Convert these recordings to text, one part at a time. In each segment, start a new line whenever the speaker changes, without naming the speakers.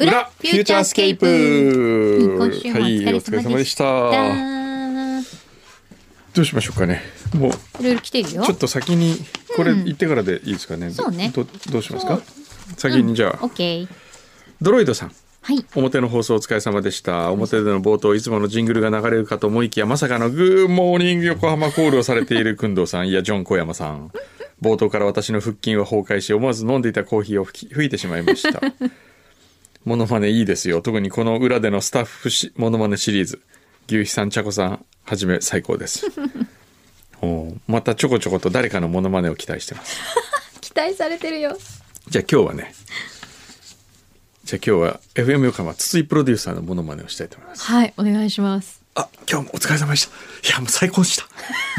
裏フューチャースケープ
今週もお
はいお疲
疲
れ
れ
様
様
で
で
し
したた。
どうしましょうかねもう
いろいろ来てるよ。
ちょっと先にこれ言ってからでいいですかね、
そうね
どどうしますか
そう
先にじゃあ、
オッケー。
ドロイドさん
はい。
表の放送お疲れ様でした表での冒頭いつものジングルが流れるかと思いきやまさかのグーモーニング横浜コールをされている工藤さんいやジョン小山さん冒頭から私の腹筋は崩壊し思わず飲んでいたコーヒーを吹き吹いてしまいましたモノマネいいですよ特にこの裏でのスタッフしモノマネシリーズ牛肥さん茶子さんはじめ最高ですおうまたちょこちょこと誰かのモノマネを期待してます
期待されてるよ。
じゃあ今日はね、じゃあ今日は FM 横浜筒井プロデューサーのモノマネをしたいと思います。
はい、お願いします。
あ、今日もお疲れ様でした。いや、もう最高でした。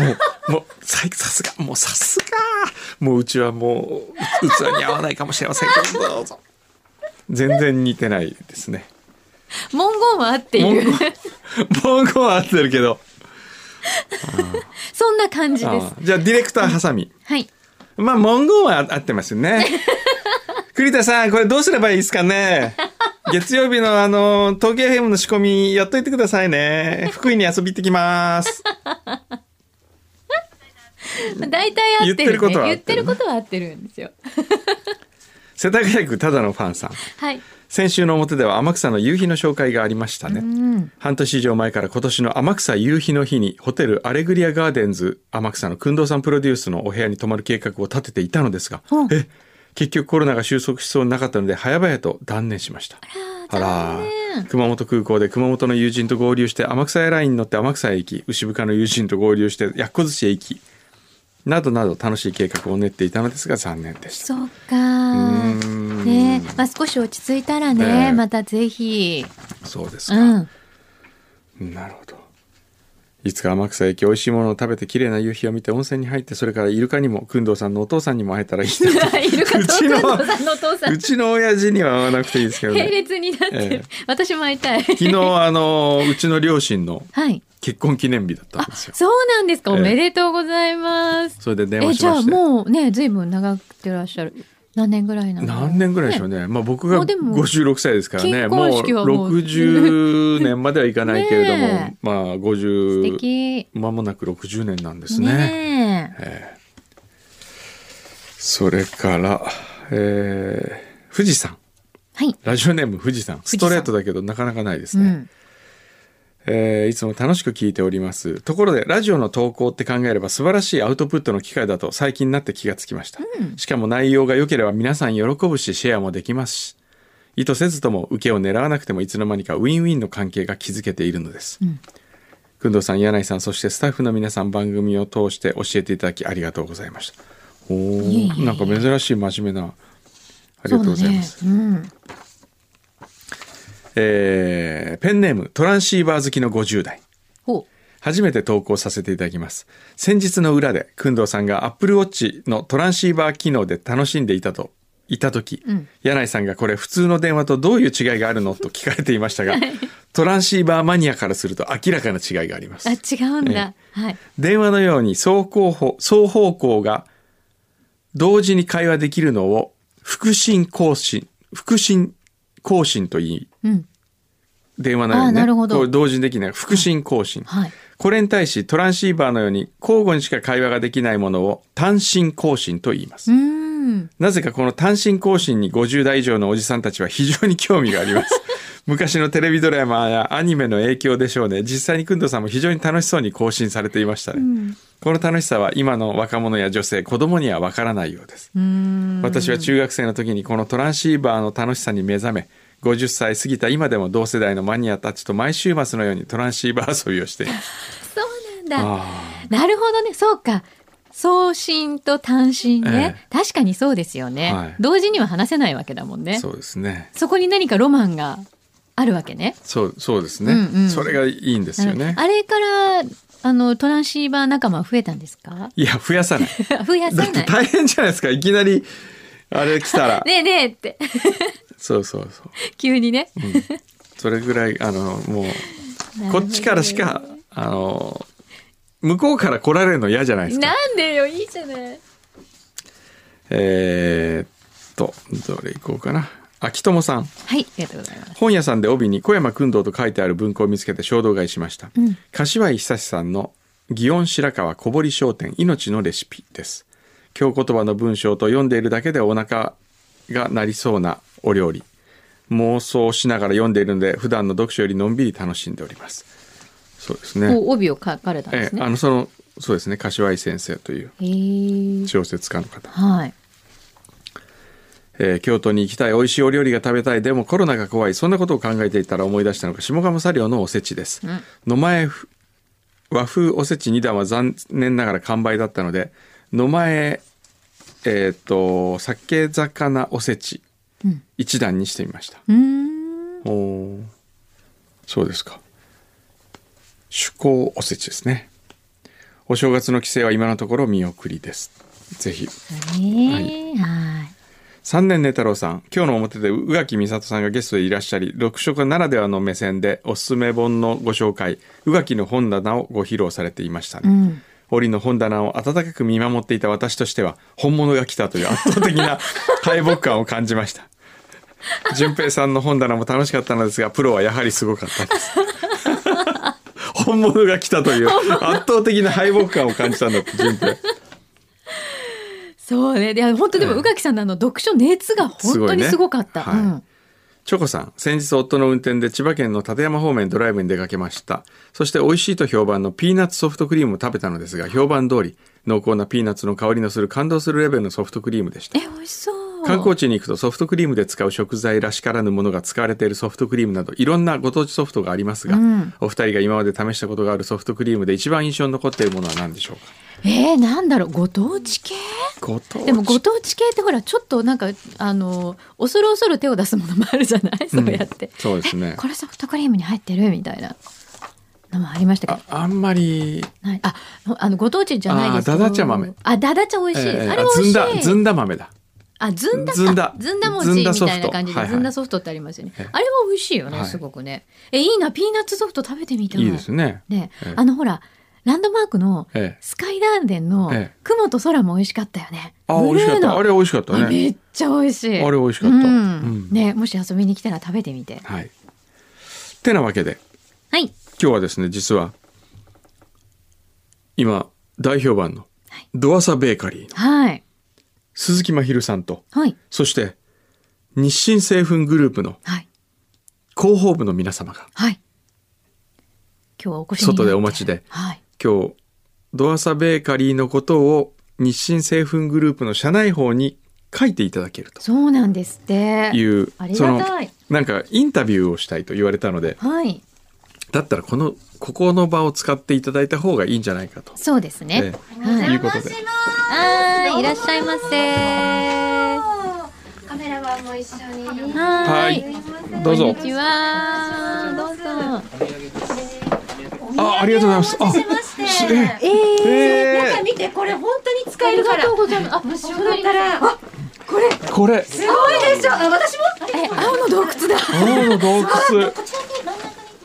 もう、もう、さいさすが、もうさすが。もううちはもう、う器に合わないかもしれませんけど、どうぞ。全然似てないですね。
文言は合ってい
文
る
言。文言は合ってるけど。
そんな感じ
あ
です。
ーじゃあディレクターハサミ。
はい。
まあ文言は合ってますよね。栗田さん、これどうすればいいですかね。月曜日のあの、東京 FM の仕込み、やっといてくださいね。福井に遊び行ってきます。
大体合ってる、ね。
言
言っ
っ
てて
る
る
こ
ことは合ってるんですよ。
世田谷区ただのファンさん。
はい。
先週の表では天草の夕日の紹介がありましたね。
うん。
半年以上前から今年の天草夕日の日にホテルアレグリアガーデンズ天草の工藤さんプロデュースのお部屋に泊まる計画を立てていたのですが、
うん
え結局コロナが収束しそうになかったので早々と断念しました。あら
残念
熊本空港で熊本の友人と合流して天草エアラインに乗って天草へ行き牛深の友人と合流してやっこ寿司へ行きなどなど楽しい計画を練っていたのですが残念でした。
そうか。
ん
ねまあ少し落ち着いたらね、
ねえ
またぜひ。
そうです
う
か、
ん。
なるほど。いつか天草駅美味しいものを食べて綺麗な夕日を見て温泉に入ってそれからイルカにも工藤さんのお父さんにも会えたらいいな と
いるか
う
と
ちの
お父さんのお父さ。
うんちの親父には会わなくていいですけど
並
ね
列になってる。
ええ
私も会いたい。
昨日あのうちの両親の
はい。
結婚記念日だったんですよ
そうなんですか。
え
お
え
めでとうございます。
それで電
え、
話し
じゃ
ま
あ
して
もうね、ずいぶん長くてらっしゃる。何年ぐらいなの
何年ぐらいでしょうねまあ僕が
もうでも
56歳ですからね
結
もう
婚式はもう
60年まではいかないけれども、
ね
まあ
素
50
敵。
間もなく60年なんです
ねえ。
それから、えー富士山。
はい。
ラジオネーム富士山。ス
士山
トレートだけどなかなかないです
う
ね、
ん。
えーいつも楽しく聞いております。ところで、ラジオの投稿って考えれば素晴らしいアウトプットの機会だと最近になって気がつきました。しかも内容が良ければ皆さん喜ぶし、シェアもできますし。意図せずとも受けを狙わなくてもいつの間にかウィンウィンの関係が築けているのです。
うん
工藤さん、柳井さん、そしてスタッフの皆さん番組を通して教えていただきありがとうございました。お
いえいえい
ー
え
なんか珍しい真面目な。ありがとうございます。
そうだね。
えーペンネーム、トランシーバー好きの50代。
うん。お、
初めて投稿させていただきます。先日の裏で、くんどうさんが Apple Watch のトランシーバー機能で楽しんでいたと、いたとき、
うん
柳井さんがこれ普通の電話とどういう違いがある のと聞かれていましたが、トランシーバーマニアからすると明らかな違いがあります
あ、。違うんだ。はい。
電話のように双方向双方向が同時に会話できるのを、腹信更新、腹信更新と言い、
うん。
電話のように、ね、
あーなるほど
こう同時にできない、腹信更新。
はい。
これに対しトランシーバーのように交互にしか会話ができないものを単身更新と言いま
う
す。
ーん。
なぜかこの単身更新に50代以上のおじさんたちは非常に興味があ ります。昔のテレビドラマやアニメの影響でしょうね。実際にくんどさんも非常に楽しそうに更新されていましたね。
ん
この楽しさは今の若者や女性、子供にはわからないようです。
うーん。
私は中学生の時にこのトランシーバーの楽しさに目覚め50歳過ぎた今でも同世代のマニアたちと毎週末のようにトランシーバー遊びをして います。
そうなんだ。
あ
なるほどね。そうか。送信と単身ね、
え
確かにそうですよね、
はい
同時には話せないわけだもん
あ
ね。
そうですね。
そこに何かロマンがあるわけね。
そうそうですね、
うんうん
それがいいんですよね
あ。れからあのトランシーバー仲間は増えたんですか
いや増やさない。
増 や
だっ
せな
て
い。
大変じゃないですか。いきなりあれ来たら。
ねえねえって
そうそうそう。
急にね。
それぐらいあのもうこっちからしかあの向こうから来られるの嫌じゃないですか。
なんでよいいじゃない。
えーっとどれ行こうかな。秋友さ
は
ん
い、ありがとうございます。
本屋さんで帯に小山君堂と書いてある文庫を見つけて衝動買いしました、
うん
柏井久志さんの「祇園白川小堀商店命のレシピ」です京言葉の文章と読んでいるだけでお腹が鳴りそうなお料理妄想しながら読んでいるので普段の読書よりのんびり楽しんでおりますそうですね
こう帯を書かれたんで
え
す
え
ね。
あのそのそうですね柏井先生という
へえ。
小説家の方
はい。
えー京都に行きたい美味しいお料理が食べたいでもコロナが怖いそんなことを考えていたら思い出したのが下鴨茶寮のおせちです、
ん
野前ふ和風おせち2段は残念ながら完売だったので野前えーっと酒魚おせち
うん
1段にしてみました、
うーん。
おーそうですか趣向おせちですねお正月の帰省は今のところ見送りですぜひ
ねえ。はい。
三年寝太郎さん今日の表で宇垣美里さんがゲストでいらっしゃり読書家ならではの目線でおすすめ本のご紹介宇垣の本棚をご披露されていましたね、
うん。
折の本棚を温かく見守っていた私としては本物が来たという圧倒 的な敗北感を感じました淳平さんの本棚も楽しかったのですがプロはやはりすごかったです 本物が来たという圧倒的な敗北感を感じたんだって淳平
そうね。いや、本当でも、宇垣さんのあの、読書熱が本当にすごかった。
すごいねはいチョコさん、先日夫の運転で千葉県の館山方面ドライブに出かけました。そして美味しいと評判のピーナッツソフトクリームを食べたのですが、評判通り、濃厚なピーナッツの香りのする感動するレベルのソフトクリームでした
うん。。え、美味しそう。
観光地に行くとソフトクリームで使う食材らしからぬものが使われているソフトクリームなどいろんなご当地ソフトがありますが、
うん
お二人が今まで試したことがあるソフトクリームで一番印象に残っているものは何でしょうか
えー、なんだろう、ご当地系
ご当地
でもご当地系ってほらちょっとなんかあの恐る恐る手を出すものもあるじゃないそうやって、
そうですね
これソフトクリームに入ってるみたいなのもありましたけ
あ
ど
あんまり、
ないああのご当地じゃないですけど
あーだだ茶豆
あだだ茶美味しい、
えー
あれ美味しい
あずんだずんだ豆だ
あずんだか
ずんだ
ずんだ
ず
餅
んだ
み
ソフ
た
ト
いな感じ
は
で
いはい
ずんだソフトってありますよね、
ええ
あれは美味しいよね
はい
すごくねえいいなピーナッツソフト食べてみたい
いいですね、
ね
ええ
あのほらランドマークの
ええ
スカイガーデンの
ええ
雲と空も美味しかったよね、
あ美
ブ
味
ル
しかっ
ー
た
の
あれ美味しかったね
あめっちゃ美味しい。
あれ美味しかった
うん
うん
ね、もし遊びに来たら食べてみて。
はい。てなわけで
はい。
今日はですね実は今代表版の
はい
ドアサベーカリーの
はい。
鈴木まひるさんと
はい。
そして日清製粉グループの
はい。
広報部の皆様が
はい。今日はお越しになって
外でお待ちで
はい。
今日ドアサベーカリーのことを日清製粉グループの社内報に書いていただけると
そうなんですって。
いう
あり
その
がたい。
なんかインタビューをしたいと言われたので
はい。
だったらこのここの場を使っていただいた方がいいんじゃないかと。
そうですね。
え
は
という
い。
ことで。
はーい。いらっしゃいませ。
カメラマンも一緒に。
はーい。
はいどうぞ
こんにちは。どうぞ。
あ、ありがとうございます。あ、すええええ
見てこれ本当に
あ
使え
り
るか
が
ら。
とうございます。あ、
無償
本当に
だから。あ
これ、
すごいでしょ。あ私も。
え、青の洞窟だ。
青の洞窟。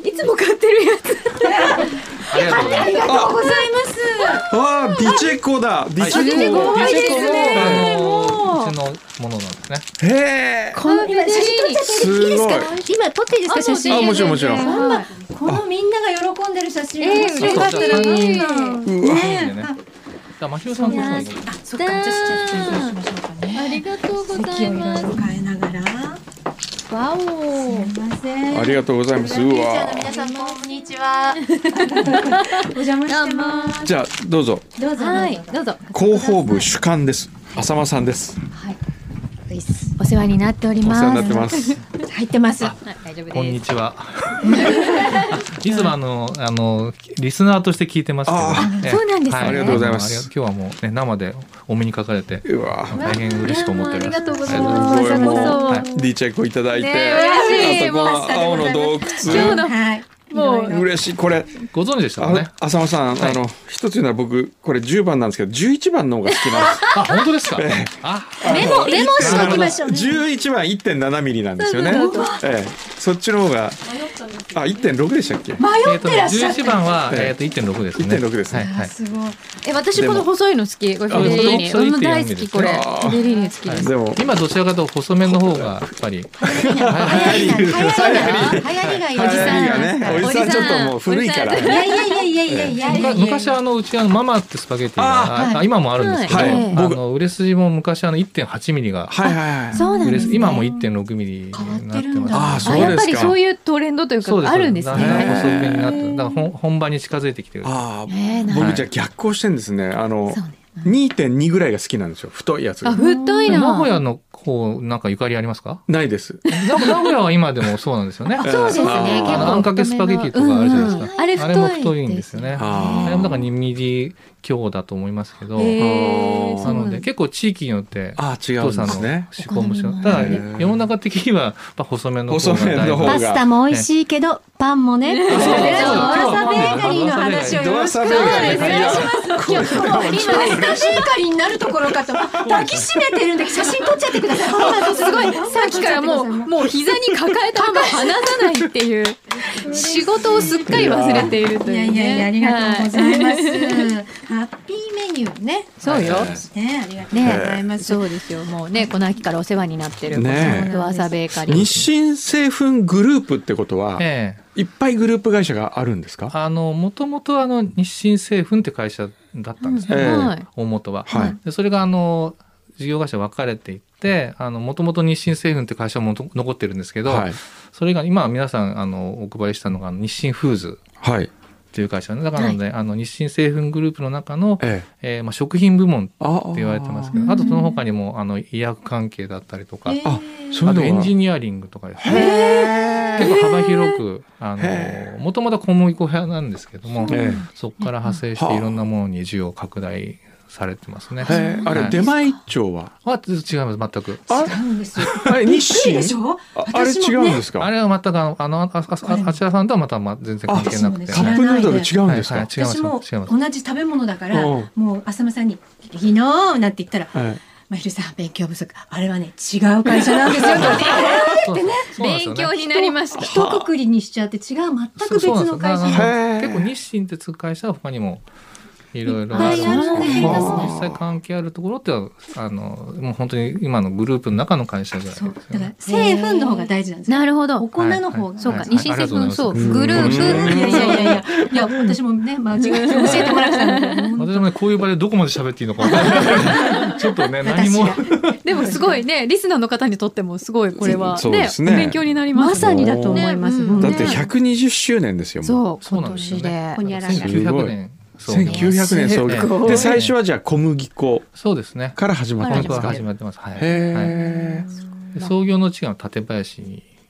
いつも買ってるやつ。
ありがとうございます。
ございます。
あ、あ、ディチェコだ。ディチェ
ディチェコ
コ。
可愛いです
ビジェコ
ね
も
もう
うちのものなんですね。
へえ。
こんなに。
すごい。
今撮っていいですか写真。
あもちろんもちろん
はい
このみんなが喜んでる写真。
えー
面白かったらどんどん。
うわ。
いいよね。だからまひろさんこそなんですよ。
そっか。じゃあちょっとどうしましょう
あ
かね。
りがとうございます。
変えながら。す
わお。
みません。
ありがとうございます。う
ミュージアムの
わ。
皆さんこんにちは。お邪魔してます。
じゃあ、どうぞ。
どうぞ。
はい、どうぞ。
広報部主幹です。浅間さんです。
お世話になっており
お世
ます。
話になってます。
入ってます。
はい大丈夫です。
こんにちは。いつもあのあのリスナーとして聞いてますけ
あ
ど、ね
そうなんですね
は
ありが
とうございます
ありが今日はもうね生でお目にかかれて
うわ。
大変嬉しく思っております。
ありがとうござ
あ
い
りがとう
ま
ご
す。こちらこそ
すごいもう
はい
ディチェコいただいて。
ねえ嬉しい
あとこの青の洞
今日
窟。
の
はい。
ももう
嬉しいこれ
ご存知でした
あ
かね。
浅間さん、
はい
あの一つ言うなら僕これ10番なんですけど11番の方が好きなんです
あ、本当ですか。あ、
メモ、メモしておきましょうね。
11番1.7ミリなんですよね
そうそう、
ええ、そっちの方があ1.6でしたっけ
迷
え
っ
っと
てらっしゃっ
11
た。
番は
ええ
えっと1.6ですね。
1.6ですね
はいはい。
すごい。
え私この細いの好きこれフ
あ
ェデリーニ
本当
うん大好きこれフ
あー
ェデリーニ好きです
でも
今どちらかというと細麺の方がやっぱり。
流行りが、流行りがいい
流行りがねお
お
じ
じさ
さ
ん
んちょっともう古いから
おじ
いやいやいやいやいやいやいやいや。
昔はあのうちあのママってスパゲッティ
あー
が
は
あ
い
今もあるんですけど、
はい
あ
僕
の売れ筋も昔あの1.8ミリが
はいはいはい
そうなんで
売れ
す、
筋
ね、
今も1.6ミリになって
変わ
ま
ってるんだあー
す。
そう
あ
ですか
やっぱりそういうトレンドというか
そうです。
あるんです
だんだん
へ
ね
細麺になって、だから本本場に近づいてきてる。
ああ
えー、なん
僕
はい
じゃあ逆行してんですねあの
そうね
2.2ぐらいが好きなんですよ太いやつ
あ
が
太い
で
な
名古屋の方なんかゆかりありますか？
ないです
名古名古屋は今でもそうなんですよね。
あそうですね
あー
結構
あんかけスパゲティとかあるじゃないですか
うんうんあれ
あれも太
太
い
い
んですよね。
あー
あれもだから2ミリ強だと思いますけど、
へー
ー
なの
そう
で
ん
結構地域によって。
ああ違う
父
んで
さんの
すね
思考も違う。
お
ただ
金
もね
世の中的にはやっぱ細麺の方が
細麺の方
だい
パ
ぶ
スタも美味しいけど、パンもね。そうそう朝ベーカリーの話をよろしくお願いします。今日もうみんな朝ベーカリーになるところかと抱きしめてるんで写真撮っちゃって ください。
すごいさっきからもうもう膝に抱えたまま離さないっていう仕事をすっかり忘れていると
いや
いう、ね、
いやいや、ありがとうござい
は
ます。ハッピーメニューね。
そうよ
ね、ありがとうございます。
そうですよもうねこの秋からお世話になってる
ねえ
ドアサベーカリー
日清製粉グループってことは
ええ
いっぱいグループ会社があるんですか
あの、もともとあの、日清製粉って会社だったんですね、
ええ
はい
大元は。
はい
でそれがあの、事業会社分かれていって、あの、もともと日清製粉って会社もと残ってるんですけど、
はい
それが今皆さん、あの、お配りしたのがあの日清フーズ
はい
っていう会社ね。だからなので、あの、日清製粉グループの中の、え
ええ
ーまあ、食品部門って
あって
言われてますけど、
あ
あ
ー
とその他にも、あの、医薬関係だったりとか、
え
あそうい
あ
うの
と
が
エンジニアリングとかですね。
へ
結構幅広く、あ
へ
の、もともと小麦粉派なんですけども、
え
そこから派生し
はあ
ていろんなものに需要拡大されてますね。
えへえあれ出前一丁は
あ、違います、全く。
あ
違うんですよ。
あれ日
いいでし
清
ょ
ああれ違うんです
あ
か
れは全くあの、あの、ああああちらさんとはまたま全然関係なくて。
あ
カ
そう
ップヌードル違うん
はい
です
はい、違
か
います。違い
私も
ます。
同じ食べ物だから
うん、
もう浅間さんに、昨日なんて言ったら、
はい
まひるさん勉強不足、あれはね、違う会社なんです
そ
よ。
うそうなんですよ
勉強
ね
になりました
一括りにしちゃって違う、全く別の
そう
会社
そう
に。
なんです
へえ
結構日清ってつく会社は他にもいろいろ
いっぱいあるんで
へえ
実際関係あるところってはあのもう本当に今のグループの中の会社ぐらいです
そ
よ
う。だから
ね。、
成分の方が大事なんですよ。
なるほど
お米の方が。
そうか
はい
日清製粉そう
あり
グループ
いやいやいやいや、いや、私もね、間違えて教えてもらったんだけど。
私もねこういう場でどこまで喋っていいのか分からないちょっとね何も
私
でもすごいねリスナーの方にとってもすごいこれは
そうですね
ね勉強になります
まさにだと思います。
ね
もう
だ
ね
って120周年ですよもう
そう
そう
今
なんですよ
年
ね
で。
ほにゃらら
1900年そう
1900年創
す
業
ごい
で最初はじゃあ小麦粉
そうですね。
から始まったんで
僕
す
は
か
始まってます。はい。はい
へえ
で創業の地が館林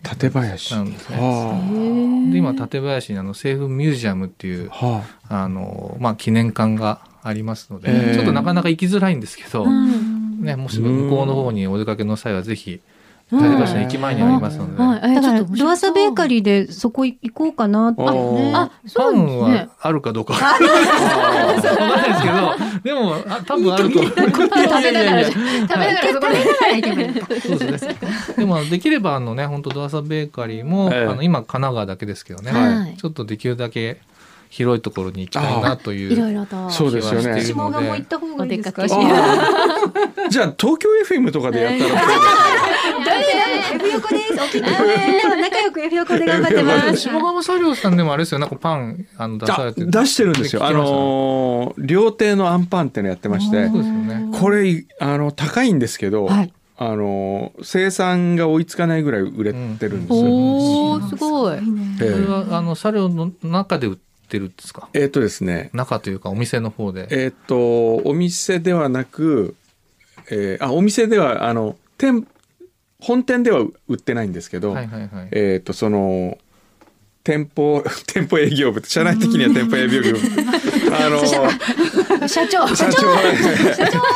館林
な
は
んですね。
あ
で今館林にあの政府ミュージアムっていう
はあ
あのまあ記念館がありますの
へ
で、
え
ちょっとなかなか行きづらいんですけど、
うん
ねもし向こうの方にお出かけの際はぜひ館林の駅前にありますので、
はいえ
だか
ち
ら
ょっと
ドアサベーカリーでそこ行こうかなってね。
あ
あ
パ
そうなん
ン
ですね
はあるかどうか。わかんないですけど、でもあ多分あると思う。
食べながら食べながらそこで
そうですね。でもできればあのね、本当ドアサベーカリーも、
ええ
あの今神奈川だけですけどね、
はい
ちょっとできるだけ広いところに行きたいなという。
いろいろ と
そうですよ
気は
ね
している
下鴨行った方がいいですか
お出かけ
いや
ああ じゃあ東京 FM とかでやったら
F 横 です。お気に入りみんなは仲良く F 横で頑張ってます。
下鴨車両さんでもあれですよ、なんかパンあ の出さ
あ
れて
出してるんですよ。
聞
あ
きました
のー料亭のアンパンってのやってまして
そう、ですよね。
これあの高いんですけど、
はい
あのー生産が追いつかないぐらい売れてるんですよ。
おーすごい
え
それ
ー
はあの車両の中で売ってるんですか。
えーっとですね、
中というかお店の方で。
えーっとお店ではなく、えーあお店ではあの店本店では売ってないんですけど、
はいはいはい。
えーっとその店舗 店舗営業部社内的には店舗営業部あのー
社長
社長社長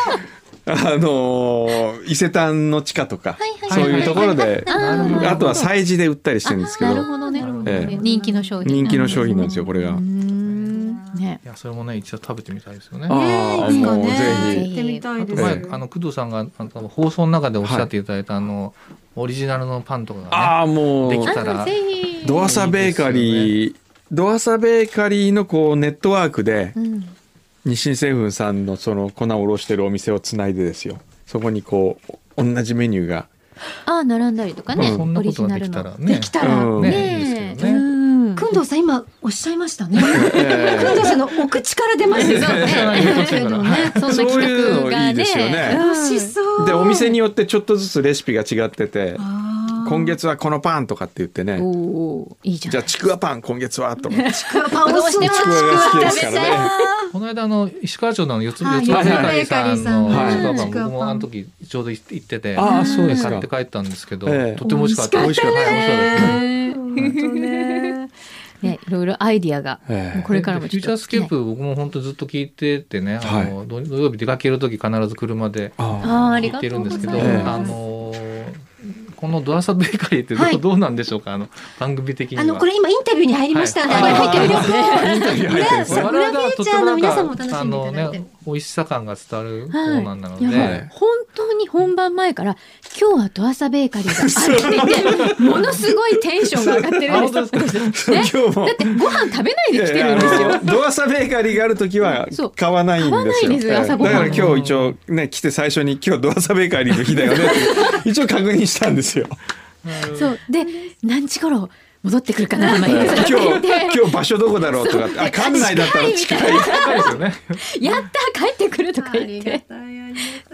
あのー伊勢丹の地下とか、
い
そういうところで、
なるほど
あとは催事で売ったりしてるんです け
なる
ど、
ほどね
ええ
人気の商品
人気の商品なんですよ、これ
う
が
ー。んね
いやそれもね一度食べてみたいですよね。
ああ、もうぜ
ぜ
ひ。
ひ
行ってみたい
あと
で
前、
ええ
す。
あの工藤さんがあの放送の中でおっしゃっていただいた、あのオリジナルのパンとかが
ああ、もう
ねでき、たら
ぜひ
ドアサベーカリー、ドアサベーカリーのこうネットワークで、
うん
日清製粉さんのその粉を卸してるお店をつないでですよ。そこにこう、同じメニューが。
ああ並んだりとかね、
う
そんな
オ
こ
リジ
とが
ナ
で
ル
きた
の
らね。
できたら。
うん
ね
ね
いいですけどね。
うん
く
そ
んどうさん今おっしゃいましたね。
え
くん
え
どうさんのお口から出ますよ
うね
ね。
でもねそんな
そうい
企
う
画
の
が
いいで
ね
すよね
美味しそう。
でお店によってちょっとずつレシピが違ってて
あー
今月はこのパンとかって言って
お
ね
おいいじゃん
じゃあちくわパン今月はとかちく
パン美味しそう
どうしても
わが好きです
ち
か
くわ食べ
らね
この間あの石川町の四つ
は
四
い
つ葉ベーカリーさんの
はい
ちくわパン僕
はい
もあの時ちょうど行ってて
ああそうですか
買って帰ったんですけど
ええ
とても美味しかった
美味しかった
美味しかったです
本当ね。
ねいろいろアイディアが
ええ
もうこれからも
で
ち
フ
ょ
ュ
っと
ーチャースケープ僕も本当ずっと聞いててね、あの土土曜日出かける時必ず車で
あ
あああり
聞
がと
いて
う
るん
ご
ですけど
ざ
あ
い
ええ
ます、
のこのドアサベーカリーってどう,、
はい
どうなんでしょうかあの番組的には
あのこれ今インタビューに入りましたんで、
はい
これ入ってみ
は
ま
い
す
あインタビュー入ってるんです
我
よ
ね
々はとてもなん
グラビエちゃんの皆
か
さんも楽し
あ
んでい
の
ただいて
ね美味しさ感が伝わるコ
はい
ーナーなので、
いや
はい
本当に本番前から今日はドアサベーカリーがあるって言ってものすごいテンションが上がってる
あ
んで
本
す
当
よ
ですか
今日も
だってご飯食べないで来て
いや
るんですよ
いやあのドアサベーカリーがある時は
そう
買わないんです
買わ
よ
ないですよ
ええ
朝ごは
だ
ん
から今日一応ね来て最初に今日ドアサベーカリーの日だよねっ て一応確認したんですよ
そうで何時頃戻ってくるかな今
今
言って
日今日場所どこだろうとかってあ館内だったら近い
高いですよね
やった帰ってくるとか
あ
言
り
っ
が
て
たい。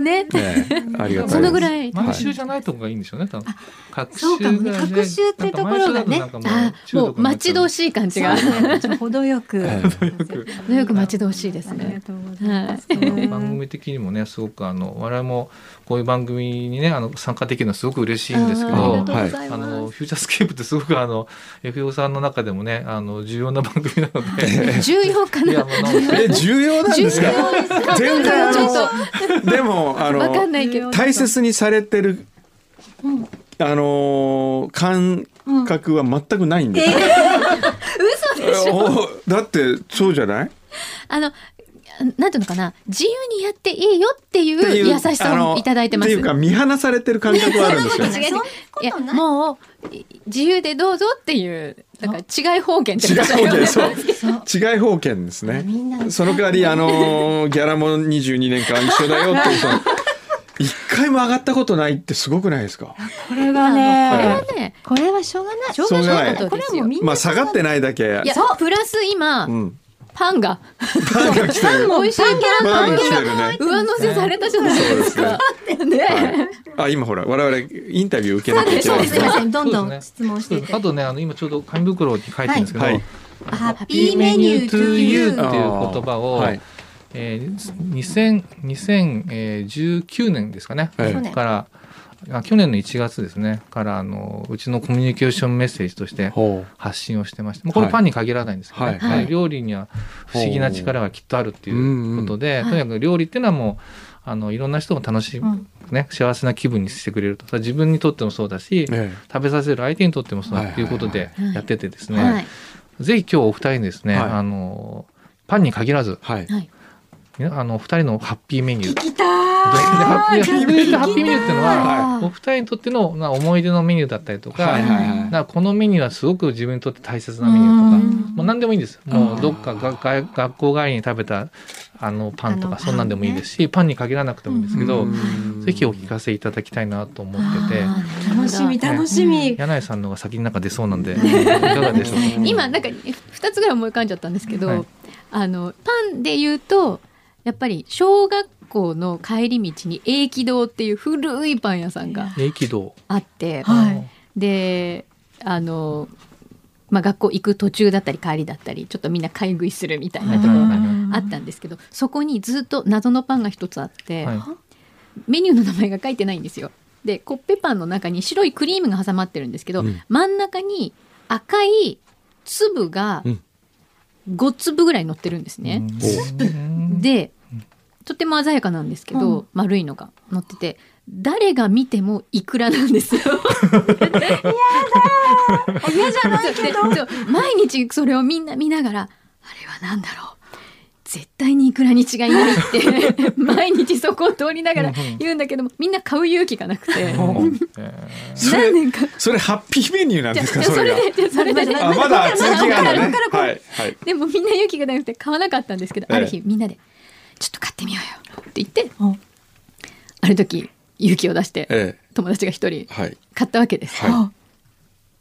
ね
ええありがたいです
そのぐらい
毎週じゃないとこがいいんでしょうね多分各
そうかもね
がね
隔週ってところがね
なんか毎週だとなんかもう
あ
中
もう
毒になっ
待ち
ちゃう
遠しい感じが
じゃあ程よく。
え
程よく待ち遠しいです
ありが
ね
とうござい
は
ま
い
す。
番組的にもねすごくあの我々もこういう番組にねあの参加できるのはすごく嬉しいんですけ
あーありが
ど
とう。ござ
あのフューチャースケープってすごくあの F4 さんの中でもねあの重要な番組なの で
重要か
いや
な
もうなんか
え重要なんですか全然あ
ちょっと
のでもあ
わか
の
んないけど
大切にされてる、あのー感覚は全くないんですよ、
嘘でしょ
おだってそうじゃない
あのなんていうのかな自由にやっていいよってい
っていう
う優し
あ
さ
の
をいただいてます
っていうか見放されてる感覚はあるんですよ
そんなことない
いやもうい自由でどうぞっていうなんか違い方言って
違い
私は
方
呼んで
言
ます
そう違い方権ですね
みんなの
その代わりあのーギャラも22年間一緒だよっていうその一回も上がったことないってすごくないですか
これが
これは
ね。
ね
これはしょうがない。
しょうがないこと
こ
で
れは
す
も
よ
うみん
ま
な
あ下がってないだけ
いやプラス今、
うん、
パンが
パンが来てる
美味しいパン
パン
が
が来てるね
上乗せされたじゃないですか。ね
あ今ほら我々インタビュー受けなきゃいけ
そ
な
う
い
です。すみません。どんど
そうで
ん
すね
質問していただ
あ
い
とねあの今ちょうど紙袋に書いてるんですけど、
はい
ハッピーメニュー
っ
to
ていう
you。
言葉を、
はい
えー、2000 2019年ですかね、
はい
去年
からあ去年の1月ですねからあのうちのコミュニケーションメッセージとして
ほ
発信をしてましてもうこれ
はい
パンに限らないんですけど、ね
はいはい
はい料理には不思議な力がきっとあるっていうことで、
ほう
とにかく料理っていうのはもうあのいろんな人を楽しい、
うん
ね、幸せな気分にしてくれるとそれは自分にとってもそうだし、
う、ええ
食べさせる相手にとってもそうだっていうこと
は
で
いはいはい
やっててですね、
はい。
ぜひ今日お二人にですね、
はい
あのパンに限らず
はい
はい。
ねあのお二人のハッピーメニュー
聞きたい。
ハッピーメニューハッピーメニューっていうのは
は
お二人にとってのな思い出のメニューだったりとか,、
はいはいはい
なこのメニューはすごく自分にとって大切なメニューとか。もう何でもいいんです。もうどっかがが学校帰りに食べたあのパンと
あ
か
のパンね
そんなんでもいいですし、パンに限らなくてもいいんですけど、
うん
ぜひお聞かせいただきたいなと思ってて、
楽しみ楽しみ。
柳井さんの方が先になんか出そうなんで、いか がでしょうか。
今なんか二つぐらい思い浮かんじゃったんですけど、
はい
あのパンで言うとやっぱり小学校の帰り道に永吉堂っていう古いパン屋さんが
え気道。
あって、
はい。
であの、まあ、学校行く途中だったり帰りだったりちょっとみんな買い食いするみたいなところがあったんですけど、そこにずっと謎のパンが一つあって、
はい
メニューの名前が書いてないんですよ。でコッペパンの中に白いクリームが挟まってるんですけど、
うん
真ん中に赤い粒が
うん
5粒ぐらい乗ってるんですね。
うん
でとても鮮やかなんですけど、丸いのが乗ってて誰が見てもイクラなん ですよ。
嫌じゃないけど。
そう毎日それをみんな見ながらあれは何だろう絶対にいくらに違いない って毎日そこを通りながら言うんだけどもみんな買う勇気がなくて
そ
何
れ
年か
それハッピーメニューなんですか
じゃ
そ
あ
れが
でじゃあそれでね
あまだ続きがあるのねはいはい
でもみんな勇気がなくて買わなかったんですけど、
ええ
ある日みんなで「ちょっと買ってみようよ」って言ってある時勇気を出して
え
友達が一人
えはい
買ったわけです。
は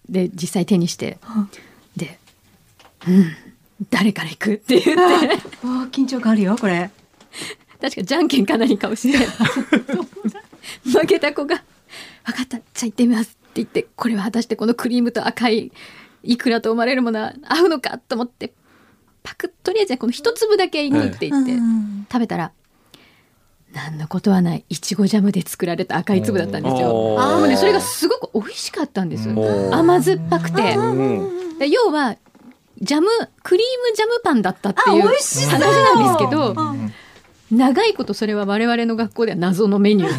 で実際手にしてで「うん誰から行く?」って言って
おー緊張感あるよこれ。
確かじゃんけんか何かをして負けた子が「分かったじゃあ行ってみます」って言ってこれは果たしてこのクリームと赤いいくらと思われるものは合うのかと思ってパクッとりあえずこの一粒だけ握っていって、
うん
食べたら何のことはないいちごジャムで作られた赤い粒だったんですよ。
おー
でもねそれがすごく美味しかったんです
お
ー
甘酸っぱくて。
いうん
で要はジャムクリームジャムパンだったっていう
あ美
話
味しそ
な
う
んですけど
うん
長いことそれは我々の学校では謎のメニュー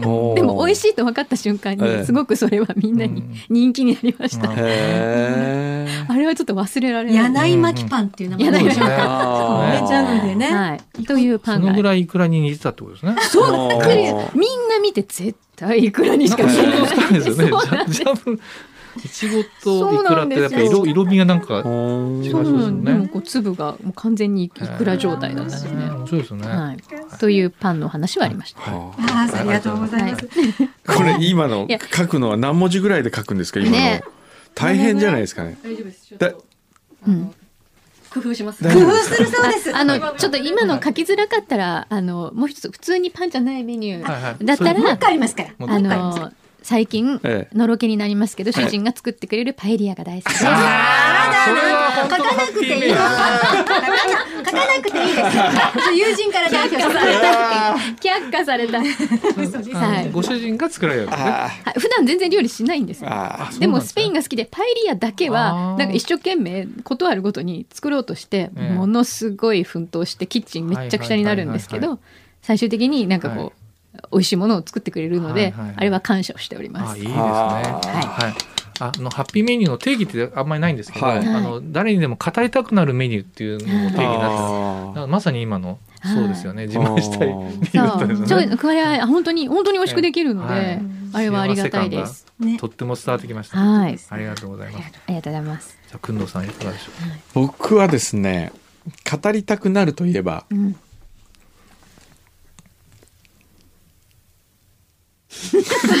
で
おー
でも美味しいと分かった瞬間
ええ
にすごくそれはみんな
うん
に人気になりました、
うん
へえ
あれはちょっと忘れられない
柳巻パンっていう名前
柳巻
ジャ
あー
ムでね。
はい、というパ
そ
ン
のぐ
が
らいいくらに似てたってことですね。
そうびっくりみんな見て絶対いくらにし
なん
か
か
見え
想像
ない
つかないです よね。
そうなんで
ジャムいちごといくらってや
そうなん
っぱ
ですよ
色色味がなんか
う
違
ん
そ
いそううですよ
なんでも
ね。
こう粒がもう完全にいくら状態だったんです
へ
ね
ー、面白いですよね。
はい、というパンの話はありました、
はあ
あーありがとうございます。
これ今の
いや
書くのは何文字ぐらいで書くんですか今の
ね
大変じゃないですかね
大丈夫です。ちょっ
だ
と
うん
工夫します。
だ
工夫するそうです。
あのちょっと今の書きづらかったらあのもう一つ普通にパンじゃないメニュー、
はいはい
だった
もう一
ら
回ありますから。
もう
あ
一
の最近、
ええ
のろけになりますけど
はい
主人が作ってくれるパエリアが大好きです、
あーだな書かなくていいよ。書かなくていいです。友人から代表してもらった
却下された、はい、
あのご主人が作られるんですね。
あ
普段全然料理しないんです
ーあ
でもスペインが好きでパエリアだけ
あ
は
ー
なんか一生懸命断るごとに作ろうとして
ええ
ものすごい奮闘してキッチンめっちゃくちゃになるんですけ
は
ど最終的になんかこう美味しいものを作ってくれるの
はい
で
はいはい
あれは感謝をしておりま
あい
す
いですね。
あ
ー
はい。あのハッピーメニューの定義ってあんまりないんですけど、
はい
あの誰にでも語りたくなるメニューっていうのも定義に
ー
なってますだ
あ
からまさに今の
はい
そうですよね。自慢したい
あー
メニューだったんです
そ
ね
う、ちょこれは本当に本当に美味しくできるので、
ええはい
あれはありがたいです。
ね
とっても伝わってきました。
はい
ありがとうございます。
ありがとうございます。
じゃあ、くんどうさんいかがでしょ
僕はですね語りたくなるといえば
うん、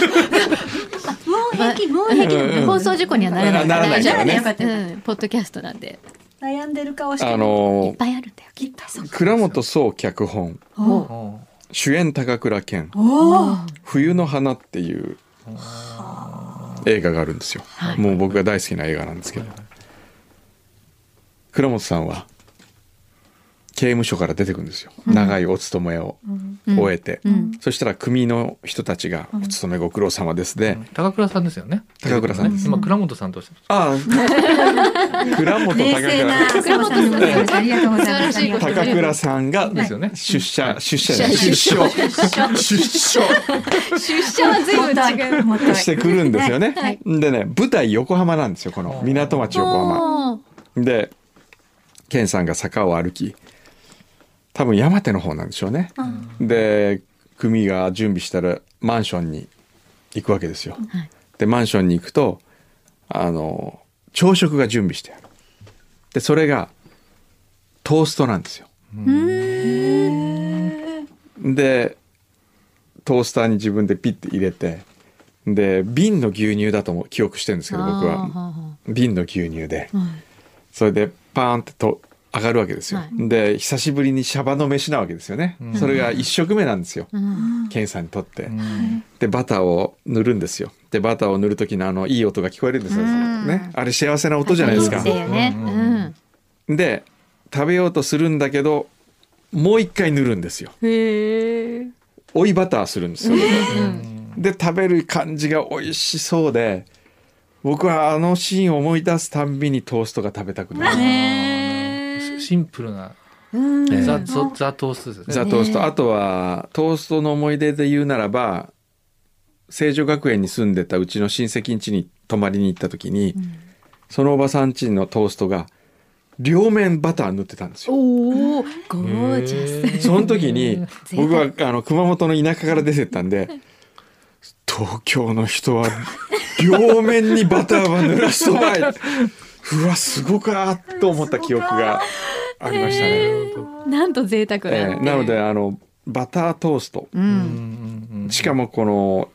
もう平気、もう平気。
うん
放送事故にはならない
ならないからね
大丈夫ですうん、ポッドキャストなんで
悩んでる顔してる。
あ
いっ
の
ぱいあるんだよきっと。
倉本壮脚本
う。お
主演高倉健
おー
「冬の花」っていう映画があるんですよ、もう僕が大好きな映画なんですけど、倉本さんは刑務所から出てくるんですよ、長いお勤めを終えて、
うん
そしたら組の人たちが「お勤めご苦労様です」で、
ー高倉さんですよね。
高倉さんです
今倉本さんとおっしゃって
ああ倉本
冷
高
静な
倉。
倉本さんのそうですありがとうござ
素
います。
晴らしいこと
高倉さんが
ですよね
出社出社じゃない出所出所
出社は随分違う。
もた
してくるんですよね。
はい
でね舞台横浜なんですよこの港町横浜。
も
で健さんが坂を歩き多分山手の方なんでしょうね、で組が準備したらマンションに行くわけですよ、
はい
でマンションに行くとあの朝食が準備してあるでそれがトーストなんですよでトースターに自分でピッて入れてで瓶の牛乳だとも記憶してるんです
う
けど僕は瓶の牛乳で、
はい
それでパーンってと上がるわけですよ、
は
で久しぶりにシャバの飯なわけですよね、
うん
それが1食目なんですよ、
うん
ケンさんにとって、
うん
でバターを塗るんですよでバターを塗る時のあのいい音が聞こえるんですよ、
うん
ね、あれ幸せな音じゃないですか、
だよね。
う
うんん。
で食べようとするんだけどもう一回塗るんですよ
へえ。
追いバターするんですよ、
うん
で食べる感じが美味しそうで僕はあのシーンを思い出すたんびにトーストが食べたくなる
シンプルな
うん
ええ
ザザザトーストですね。
ザトースト、あとはトーストの思い出で言うならば成城学園に住んでたうちの親戚ん家に泊まりに行った時に、そのおばさん家のトーストが両面バター塗ってたんですよ。
おお、ゴージャス。
へー
その時に僕はあの熊本の田舎から出てったんで東京の人は両面にバターは濡らすとばいうわすごかーと思った記憶がありましたね。
なんと贅沢な、
ええなのであのバタートースト、
う、
うんん
しかもこの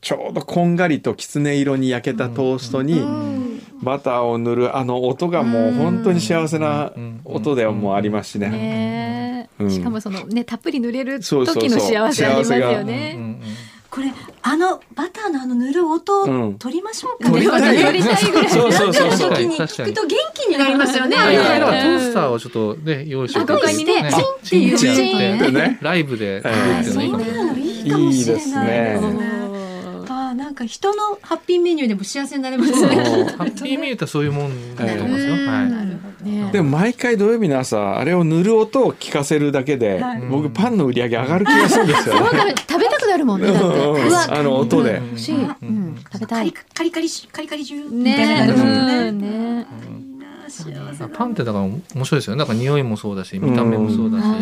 ちょうどこんがりときつね色に焼けたトーストにバターを塗るあの音がもう本当に幸せな音ではもうありますしね。
ねえ
うん
しかもそのねたっぷり塗れる時
そうそうそう
の幸せありますよね。
これあのバターのあの塗る音、
うん
取りましょうか
撮
ね。
りたい
撮りたいぐらい
そうそうそう
な
そ
ん
う
かの時に
確か
聞
に
くと元気になりますよね。あ
一
れ
回だから
ね
トースターをちょっとね用意して
あここにね
ね
チン
っていう
チン
チン
ってね
ライブで
ええ
やるっていう
そ
の
う
がいいか
いう
も
のいいかもしれないです
いい
ね。
おー
ああなんか人のハッピーメニューでも幸せになれますね。
ハッピーメニューってそういうもんだと思いますよ。はい。
ね
でも毎回土曜日の朝あれを塗る音を聞かせるだけで、
はい
僕パンの売り上げ上がる気がするんですよ
ご
ね。
飯食べたくなるもん
う
ねだって。
んうん
うわ
あの音で、
欲しい、うん、食べ
カ
た
リ
い。
カリカリしカリカリジューみた
ね
いな感じ
う
で
んね。
ね。いいな幸せだ
パンってだから面白いですよね。だから匂いもそうだし、見た目もそうだし、
は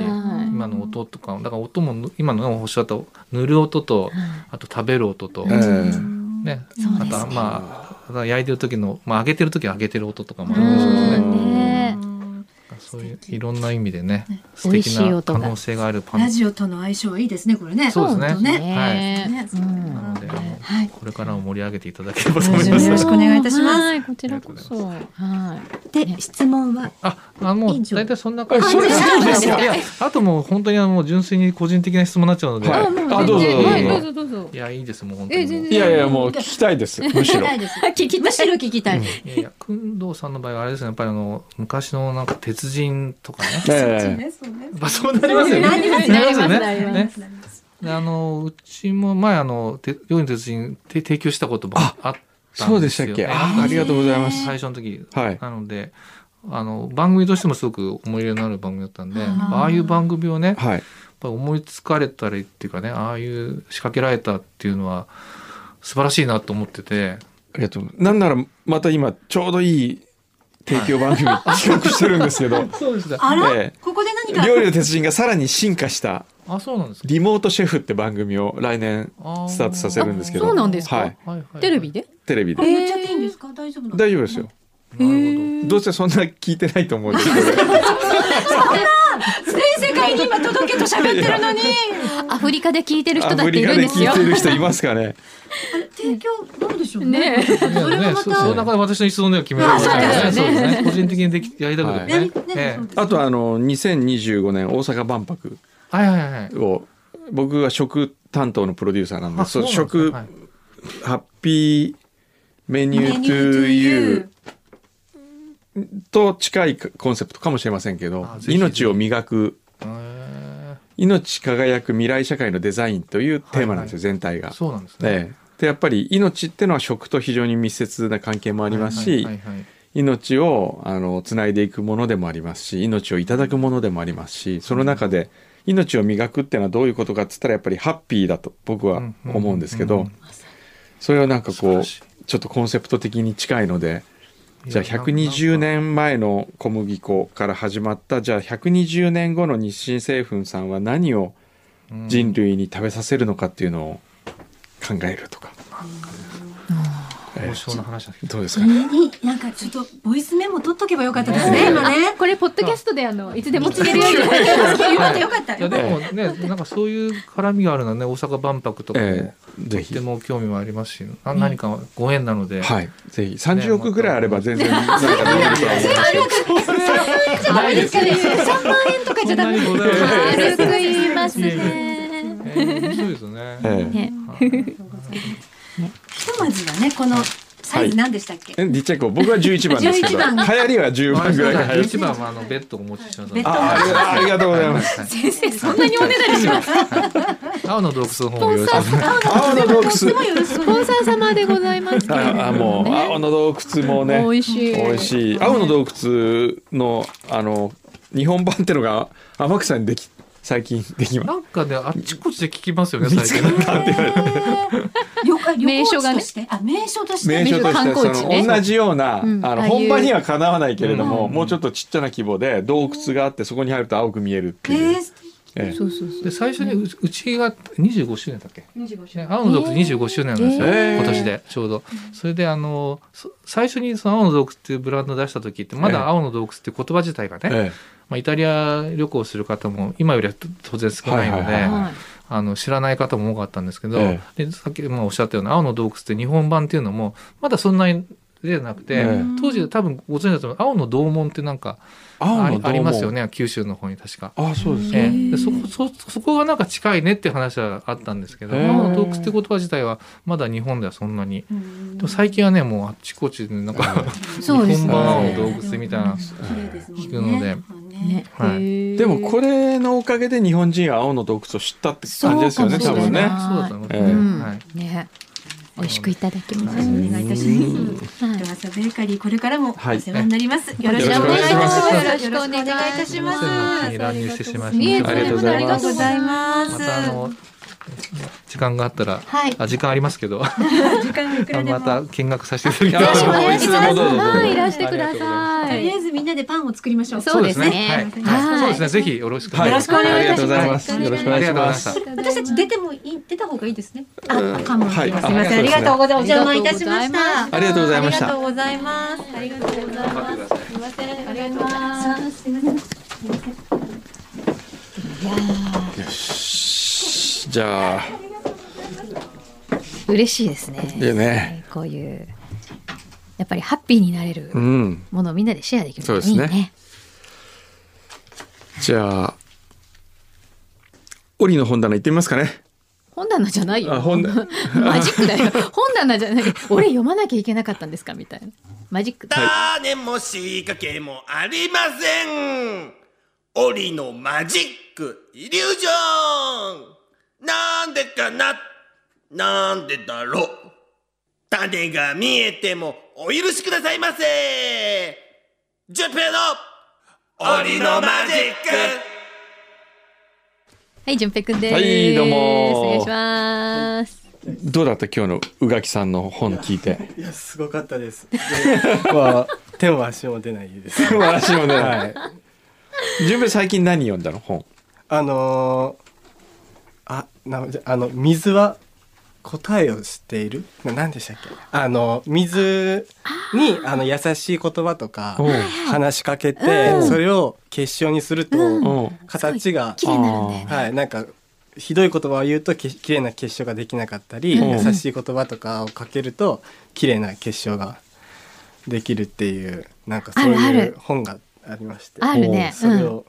い
今の音とか、だから音も今のおっしゃった塗る音と、あと食べる音と、
え
ね、
え
あとはまあ焼いてる時の、まあ揚げてる時は揚げてる音とかもあ
う
るでしょうね。
んね
そういういろんな意味でね、素
美味
敵
しい
な
音
可
が
能性があるパン
ラジオとの相性いいですねこれね。
そうですね
本当ね。
ね
ね
うん
なので、
はい。
これからも盛り上げていただければと
よ
思いま
ろ
す。
しくお願いいたします
はい、こちらこそ。は。
で質問は
あ、あもう
以上
大体そんな感じ
あそうです
い
か
やいやあともう本当にあのもう純粋に個人的な質問になっちゃうので、
はいい
も
あどうぞ
全然はい
ど
ど
う
う
ぞ
ぞどうぞ
い。やいいですもう本当に
え、
もう。
全然。
いやいやもう聞きたいです むしろ。
ないです。
聞き
むしろ聞きたい。
いやいや、くんどうさんの場合はあれですね、やっぱりあの昔のなんか鉄人とかね。
え
そう
え
ねそうね
まあそうなりますよね。
なります
なります
ね
なります
ね。であのうちも前あのて料理の鉄人て提供したこともあったんですよ。
そうでしたっけ。あありがとうございます。
最初の時、
はい
なのであの番組としてもすごく思い入れのある番組だったんで
あー
ああいう番組をねやっ
はい。
ぱり思いつかれたりっていうかねああいう仕掛けられたっていうのは素晴らしいなと思ってて
ありがとうございます。なんならまた今ちょうどいい提供番組企画してるんですけど、
そうです
あら
ええ
ここで何か
料理の鉄人がさらに進化した
あそうなんですか
リモートシェフって番組を来年
あ
スタートさせるんですけど、
あそうなんですか
はい、
はいはい
テレビで。
テレビ
こ
で
れ言っちゃっていいんですか大丈夫なの？
大丈夫ですよ。
なる
どうせそんな聞いてないと思うんですけど、
全世界に今届けと喋ってるのに。
アフリカで聞いてる人
ア
だっ
フ
て
リ
い
カ
るん
で
です
聞い
よ
て。る人いますかね。
提供どうでしょうね。
ねえ。
ほどいや
それも
ね
ま
そその
た。
中で私の質問では決められない
あ
です
そうですよね
ねそうですね個人的にできやりたいこと
は
で
い
ね
何何
え
そうです
え
あとあの2025年大阪万博
はいはいはい
を僕が食担当のプロデューサーなんで、
あ
そう
なんです
食
かはい
ハッピーメニュー to you と近いコンセプトかもしれませんけど
あぜひぜひ
命を磨く
へ
命輝く未来社会のデザインというテーマなんですよ、
は
全
いはい
体
え
が。
そうなんですね
ええでやっぱり命ってのは食と非常に密接な関係もあ
あ
りますし、命をあのつないでいくものでもありますし命をいただくものでもありますしその中で命を磨くっていうのはどういうことかっつったらやっぱりハッピーだと僕は思うんですけ
うんう
ど
んうん
それはなんか
素晴
こう
らしい
ちょっとコンセプト的に近いので。じゃあ
いやなんか
120年前の小麦粉から始まったじゃあ120年後の日清製粉さんは何を人類に食べさせるのかっていうのを考えるとか、え
交渉の話だけ
ー
ど
どうです
そ
か
れ
ね
になんかちょっとボイスメモ取っとけばよかったですね今ね。
これポッドキャストであのいつでも聞け るように。
よかったよかっ た。
いやでもねなんかそういう絡みがあるのはね大阪万博とかも
えーぜ
と
ひ
ても興味もありますしな何かご縁なので、
はいぜひ30億ぐらいあれば全然なんか見えるとは思う
ないですね
三万円とかじゃダメ。
そんなにございません
軽く言います
いえい
ね。
えー面白いですよね。
ええ
ね、
はい
ひとまずはねこのサイズ何でしたっけ？
えリッチャイコ僕は11番ですけど流
11番
行りは10番ぐらいが入って
11番はあのベッドをお持ちしますので。
ベッド
あありがありがとうございます
す。
先生そんなにおねだりします。
青の洞窟の方もよろしくお願いします。
青の洞窟
よろし
スポンサー様でございますけれど
ああもう青の洞窟もね
美味しい。
美味しい青の洞窟のあの日本版ってのが天草にでき最近 できま
なんかねあっちこっちで聞きますよね
見
最
つけ
近
たって言われて
よか旅
名
行
所
地
がね
として、あ名所とし
名
て
所として
観
そ
光地ね
の同じような、
うん
あ
あ
の
あいう
本場にはかなわないけれども、
うん
もうちょっとちっちゃな規模で洞窟があってそこに入ると青く見えるって
え
いう、
ー素
え
そうそうそう
で最初にううちが25周年だっけね青の洞窟25周年なんですよ、
えー
今年でちょうどそれであのそ最初にその青の洞窟っていうブランドを出した時ってま
ええ
だ青の洞窟っていう言葉自体がね、
え
まあ、イタリア旅行する方も今よりは当然少ないので、
はいはい
はい
あの知らない方も多かったんですけど、
え
でさっきもおっしゃったような青の洞窟って日本版っていうのもまだそんなにでなくて、
ええ
当時多分ご存知だと思う青の洞門ってなんか
青の
あり
洞門
ありますよね九州の方に確か。
あそうですね、
ええ、でそこそそこがなんか近いねっていう話はあったんですけど、
へえ
青の洞窟って言葉自体はまだ日本ではそんなに、でも最近はねもうあっちこっちでなんか日
そうです
本
ね
版青の洞窟みたいな、
敵ですもんね
聞くので
ね
はい
へー
でもこれのおかげで日本人は青の洞窟を知ったって感じですよね
そ
多
うかもしれ
分
ない
ね。
そうだと思います
ええ
うん
はい
ね美味しくいただきま
はい
す。
お願いいたします。
はい
ドアサベーカリーこれからもお
はい
世話になります。よろしくお願いいたします。よろしくお願いいたします。
に乱入してしまいました。
ありがとうございます
ありがとうございます。
またあの時間があったら、
はい
あ時間ありますけど、
時間いくらでも
また見学させていた
よ
だ
ろ
き
しくお
ま
願
す。
いします
はい、いらしてくだ
と
さ
りあ
い。
えずみんなでパンを作りましょう。
そうですね
は
はい
いそうですね。ぜひよろしくお願いします。
よろしくお願いいたします
ありがとうございます。よろしくお願いします。
私たち出てもいい出た方がいいですね。あ、
うん
カモン。す
は
み
い
ません、ありがとうございます。お邪魔いたしました。
ありがとうございました
ありがとうございます。ありがとうございます。すみません、ありがとうございます。すみません。
じゃあ
嬉しいですね。
いいね。
こういうやっぱりハッピーになれる
うん
ものをみんなでシェアできる
そう
の
で
が
す
いい
ね
ね。
じゃあオリの本棚行ってみますかね。
本棚じゃないよ。
あ 本
マジックだよ。本棚じゃない。俺読まなきゃいけなかったんですかみたいな。マジック。
種も仕掛けもありません檻のマジックイリュージョンなんでかななんでだろう種が見えてもお許しくださいませジュンペイの檻のマジック
はい、純平くんです。
はいどうも
お願いします。
どうだった今日の宇垣さんの本聞い て。
いやすごかったです。で まあ手も足も出ないです。
素晴らしいもんね。
はい。
順平最近何読んだの本。
あのーあなじゃあの水は答えを知っている。な何でしたっけ。あの水にあの優しい言葉とか
おう
話しかけてそれを結晶にすると
うん。
形が
綺麗になるんだよね。
はいなんか。ひどい言葉を言うとけ綺麗な結晶ができなかったり、
うん
優しい言葉とかをかけると綺麗な結晶ができるっていうなんかそう
あるあ
い
る
う本がありまして
あるね。
それを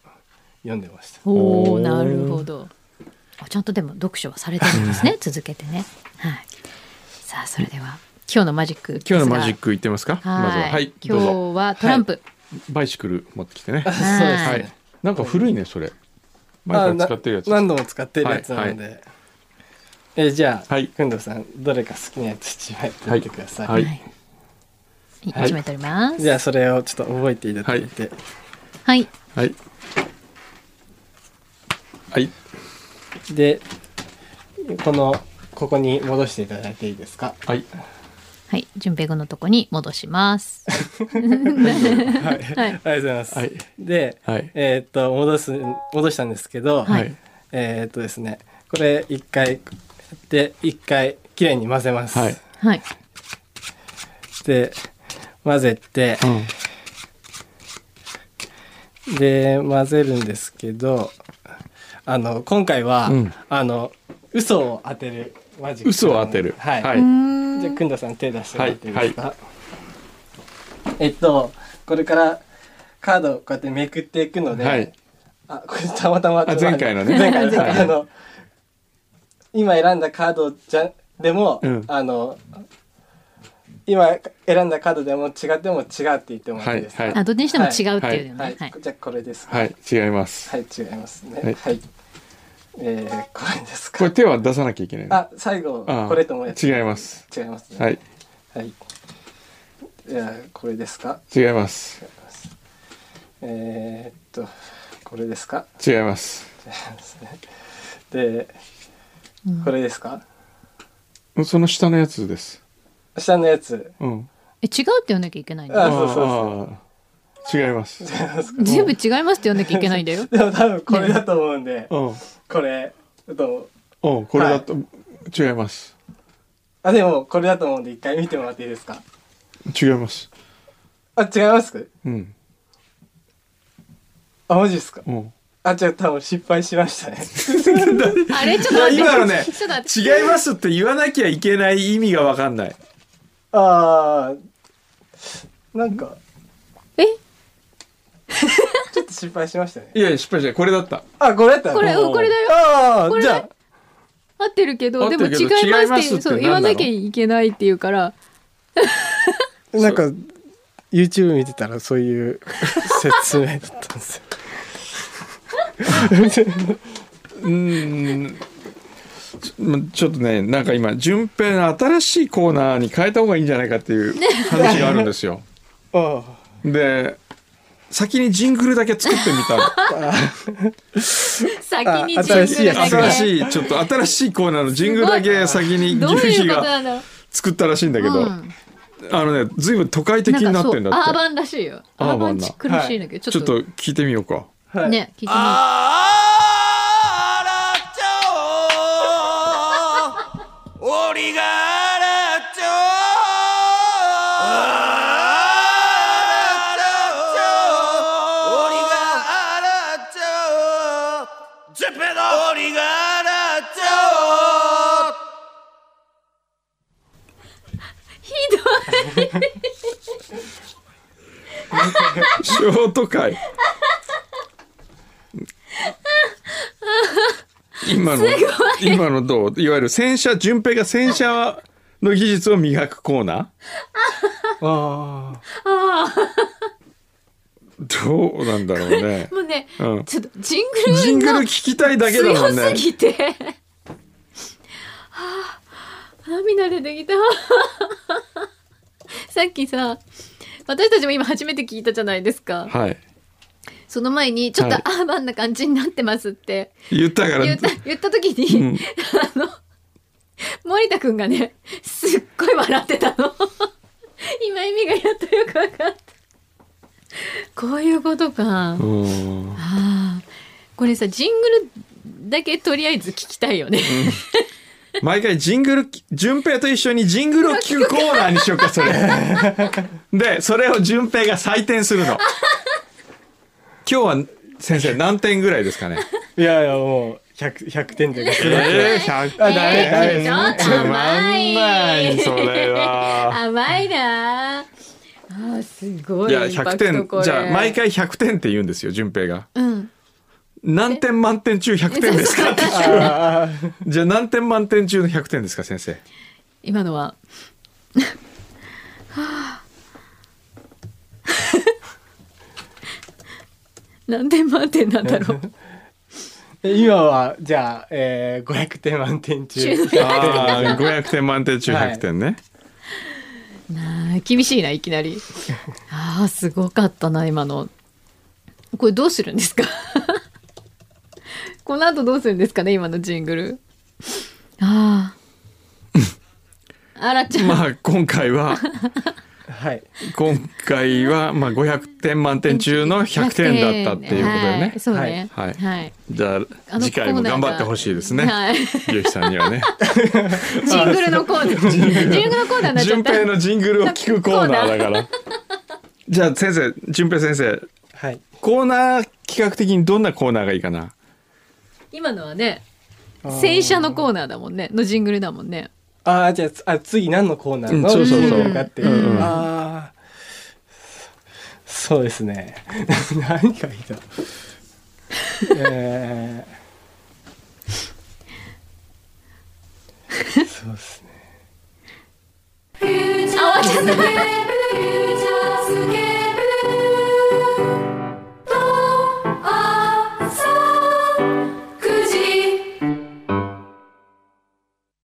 読んでました。
お
お
お
ー
なるほどあちゃんとでも読書はされてるんですね続けてねはいさあそれでは今日のマジック
今日のマジッ
ク
ク行ってますか。
はい,、
まずは。はい。どうぞ。
今日はトランプ、
バイシクル持ってきてね。
はい
はい。なんか古いねそれ。前から使ってるやつ。
あな何度も使ってるやつなので。えーじゃあ、
はい
くんどうさんどれか好きなやつ一枚取ってください。
はい
はい
はい
一枚取ります
じゃあそれをちょっと覚えていただいて、
はい
はい。はい。
でこのここに戻していただいていいですか。
はい。
はい順平君のとこに戻します
はい、ありがとうございます。
はい
で、
はい
えーっと戻す戻したんですけど、
はい
えーっとですねこれ一回で一回きれいに混ぜます。
はい
はい
で混ぜて
う、ん。
で混ぜるんですけどあの今回は、
うん
あの嘘を当てるマジック
嘘を当てる。
はい、
は
じ
い。
ゃあくんださん手出してもらっていいですか、えっとこれからカードをこうやってめくっていくので、
はい
あこれたまたま
あ前回のね
前回の
前回
あの今選んだカードじゃでも、
うん
あの今選んだカードでも違っても違うって言ってもらっ
は
ていい
い。
ですか、
はい。
あどっちにしても違うっていうよね
は
はいい、、
じゃあこれですか
はい。違います。
はい、違いますね。
は
はいい。えー、これです
これ
か。
手は出さなきゃいけないの。
あ、最後、
あ
これともやつ
違います。
違いますね。
は。い。
はい。いや、これですか。
違います。
えー、っとこれですか
違います
でこれですか
その下のやつです
下のやつ
うん
え違うって言わなきゃいけないんだよ
あそうそうそう
そう違います
全部違いますって言わなきゃいけないん だよ
でも多分これだと思うんで、
うん
これだと思う
うんこれだと、違います
あでもこれだと思うんで一回見てもらっていいですか
違います
あ違います
うん
あマジですか
うん
あじゃあ多分失敗しましたね
あれちょっと待って
今の ね
ちょっと待って
違いますって言わなきゃいけない意味がわかんない
あーなんか
え
ちょっと失敗しましたね
いやいや失敗しないこれだった
あこれだった
これうんこれだよ
あ
こ
あ
れ
じゃ
合ってるけ
合
ど
って
で
る
も
けど
違いますって
違いますって
そう
何なの
言わなきゃいけないっていうから
あなんか YouTube 見てたらそういう 説明だったんですよ
うーんちょまちょっとねなんか今順平の新しいコーナーに変えた方がいいんじゃないかっていう話があるんですよ
あ
で先にジングルだけ作ってみた
先に
あ
自
新しい
分だ
新
け
しいちょっと新しいコーナーのジングルだけ先に
どう
岐阜
い
市
うこと
が
なの
作ったらしいんだけ
う
ど、
ん
あのね随分都会的になってんだ
なんかそうアー
って
バンらしいよ
アー
ア
バン
ー
な
バンち苦しいんだけど
ち
ち
ょ
ょっ
っと
と
聞いてみようか
あはい、
ね聞いて
아,
みよう
あらっちょー俺があらっちょーあらっちょージェペロ俺があらっちょー
ひどい
ショート会今の今のどういわゆる洗車順平が洗車の技術を磨くコーナ
あ
ーどうなんだろうね、
もうね
うん、
ちょっとジン
ジン
グ
グ
ル
ル
の
聞きたいだけだもん
強
ね
すぎて、 はあ涙出てきた さっきさ私たちも今初めて聞いたじゃないですか
はい
その前にちょっと
は
ア
い
ーバンな感じになってますって
言ったから
言った言った時に、
うん
あの森田くんがねすっごい笑ってたの 今意味がやっとよく分かったこういうことか、
うん
ああこれさジングルだけとりあえず聞きたいよね、
毎回ジングル順平と一緒にジングルを聞くコーナーにしようかそ れでそれを順平が採点するの今日は先生何点ぐらいですかね
ーいやいやもう 100, 100点というかすごい
えー、100
あダメダ
えーちょっと甘い
それは。
甘いなああーすご
い
い
や
インパクト
100
こ
点
れ
じゃあ毎回100点って言うんですよ順平が
うん
何点満点中100点ですかって聞く じゃあ何点満点中の100点ですか先生
今のは はあ何点満点なんだろう
今はじゃあ、えー、500点満点中
ああ500点満点中100点ね、
なあ厳しいないきなりああすごかったな今のこれどうするんですか この後どうするんですかね今のジングルあ ああらちゃん、
まあ今回は
はい
今回はまあ500点満点中の100点だったっていうことだよ
は
ね
い、そうね
はい
はい
じ
あ
ゃあ
の
次回も頑張ってほしいですね、
はい、
ゆうきさんに はね
ジングルのコーナージングルのコーナーになっちゃ
順
った
平のジングルを聞くコーナーだから。じゃあ先生、順平先生、
はい
コーナー企画的にどんなコーナーがいいかな。
今のはね洗車のコーナーだもんねのジングルだもんね
ああじゃあつあ次何のコーナー
うん
の
そうそうそう
ジングルかってい
う
う、
んうん
ああそうですね 何がいいだろうえ ー、そうですね
あ終わっちゃった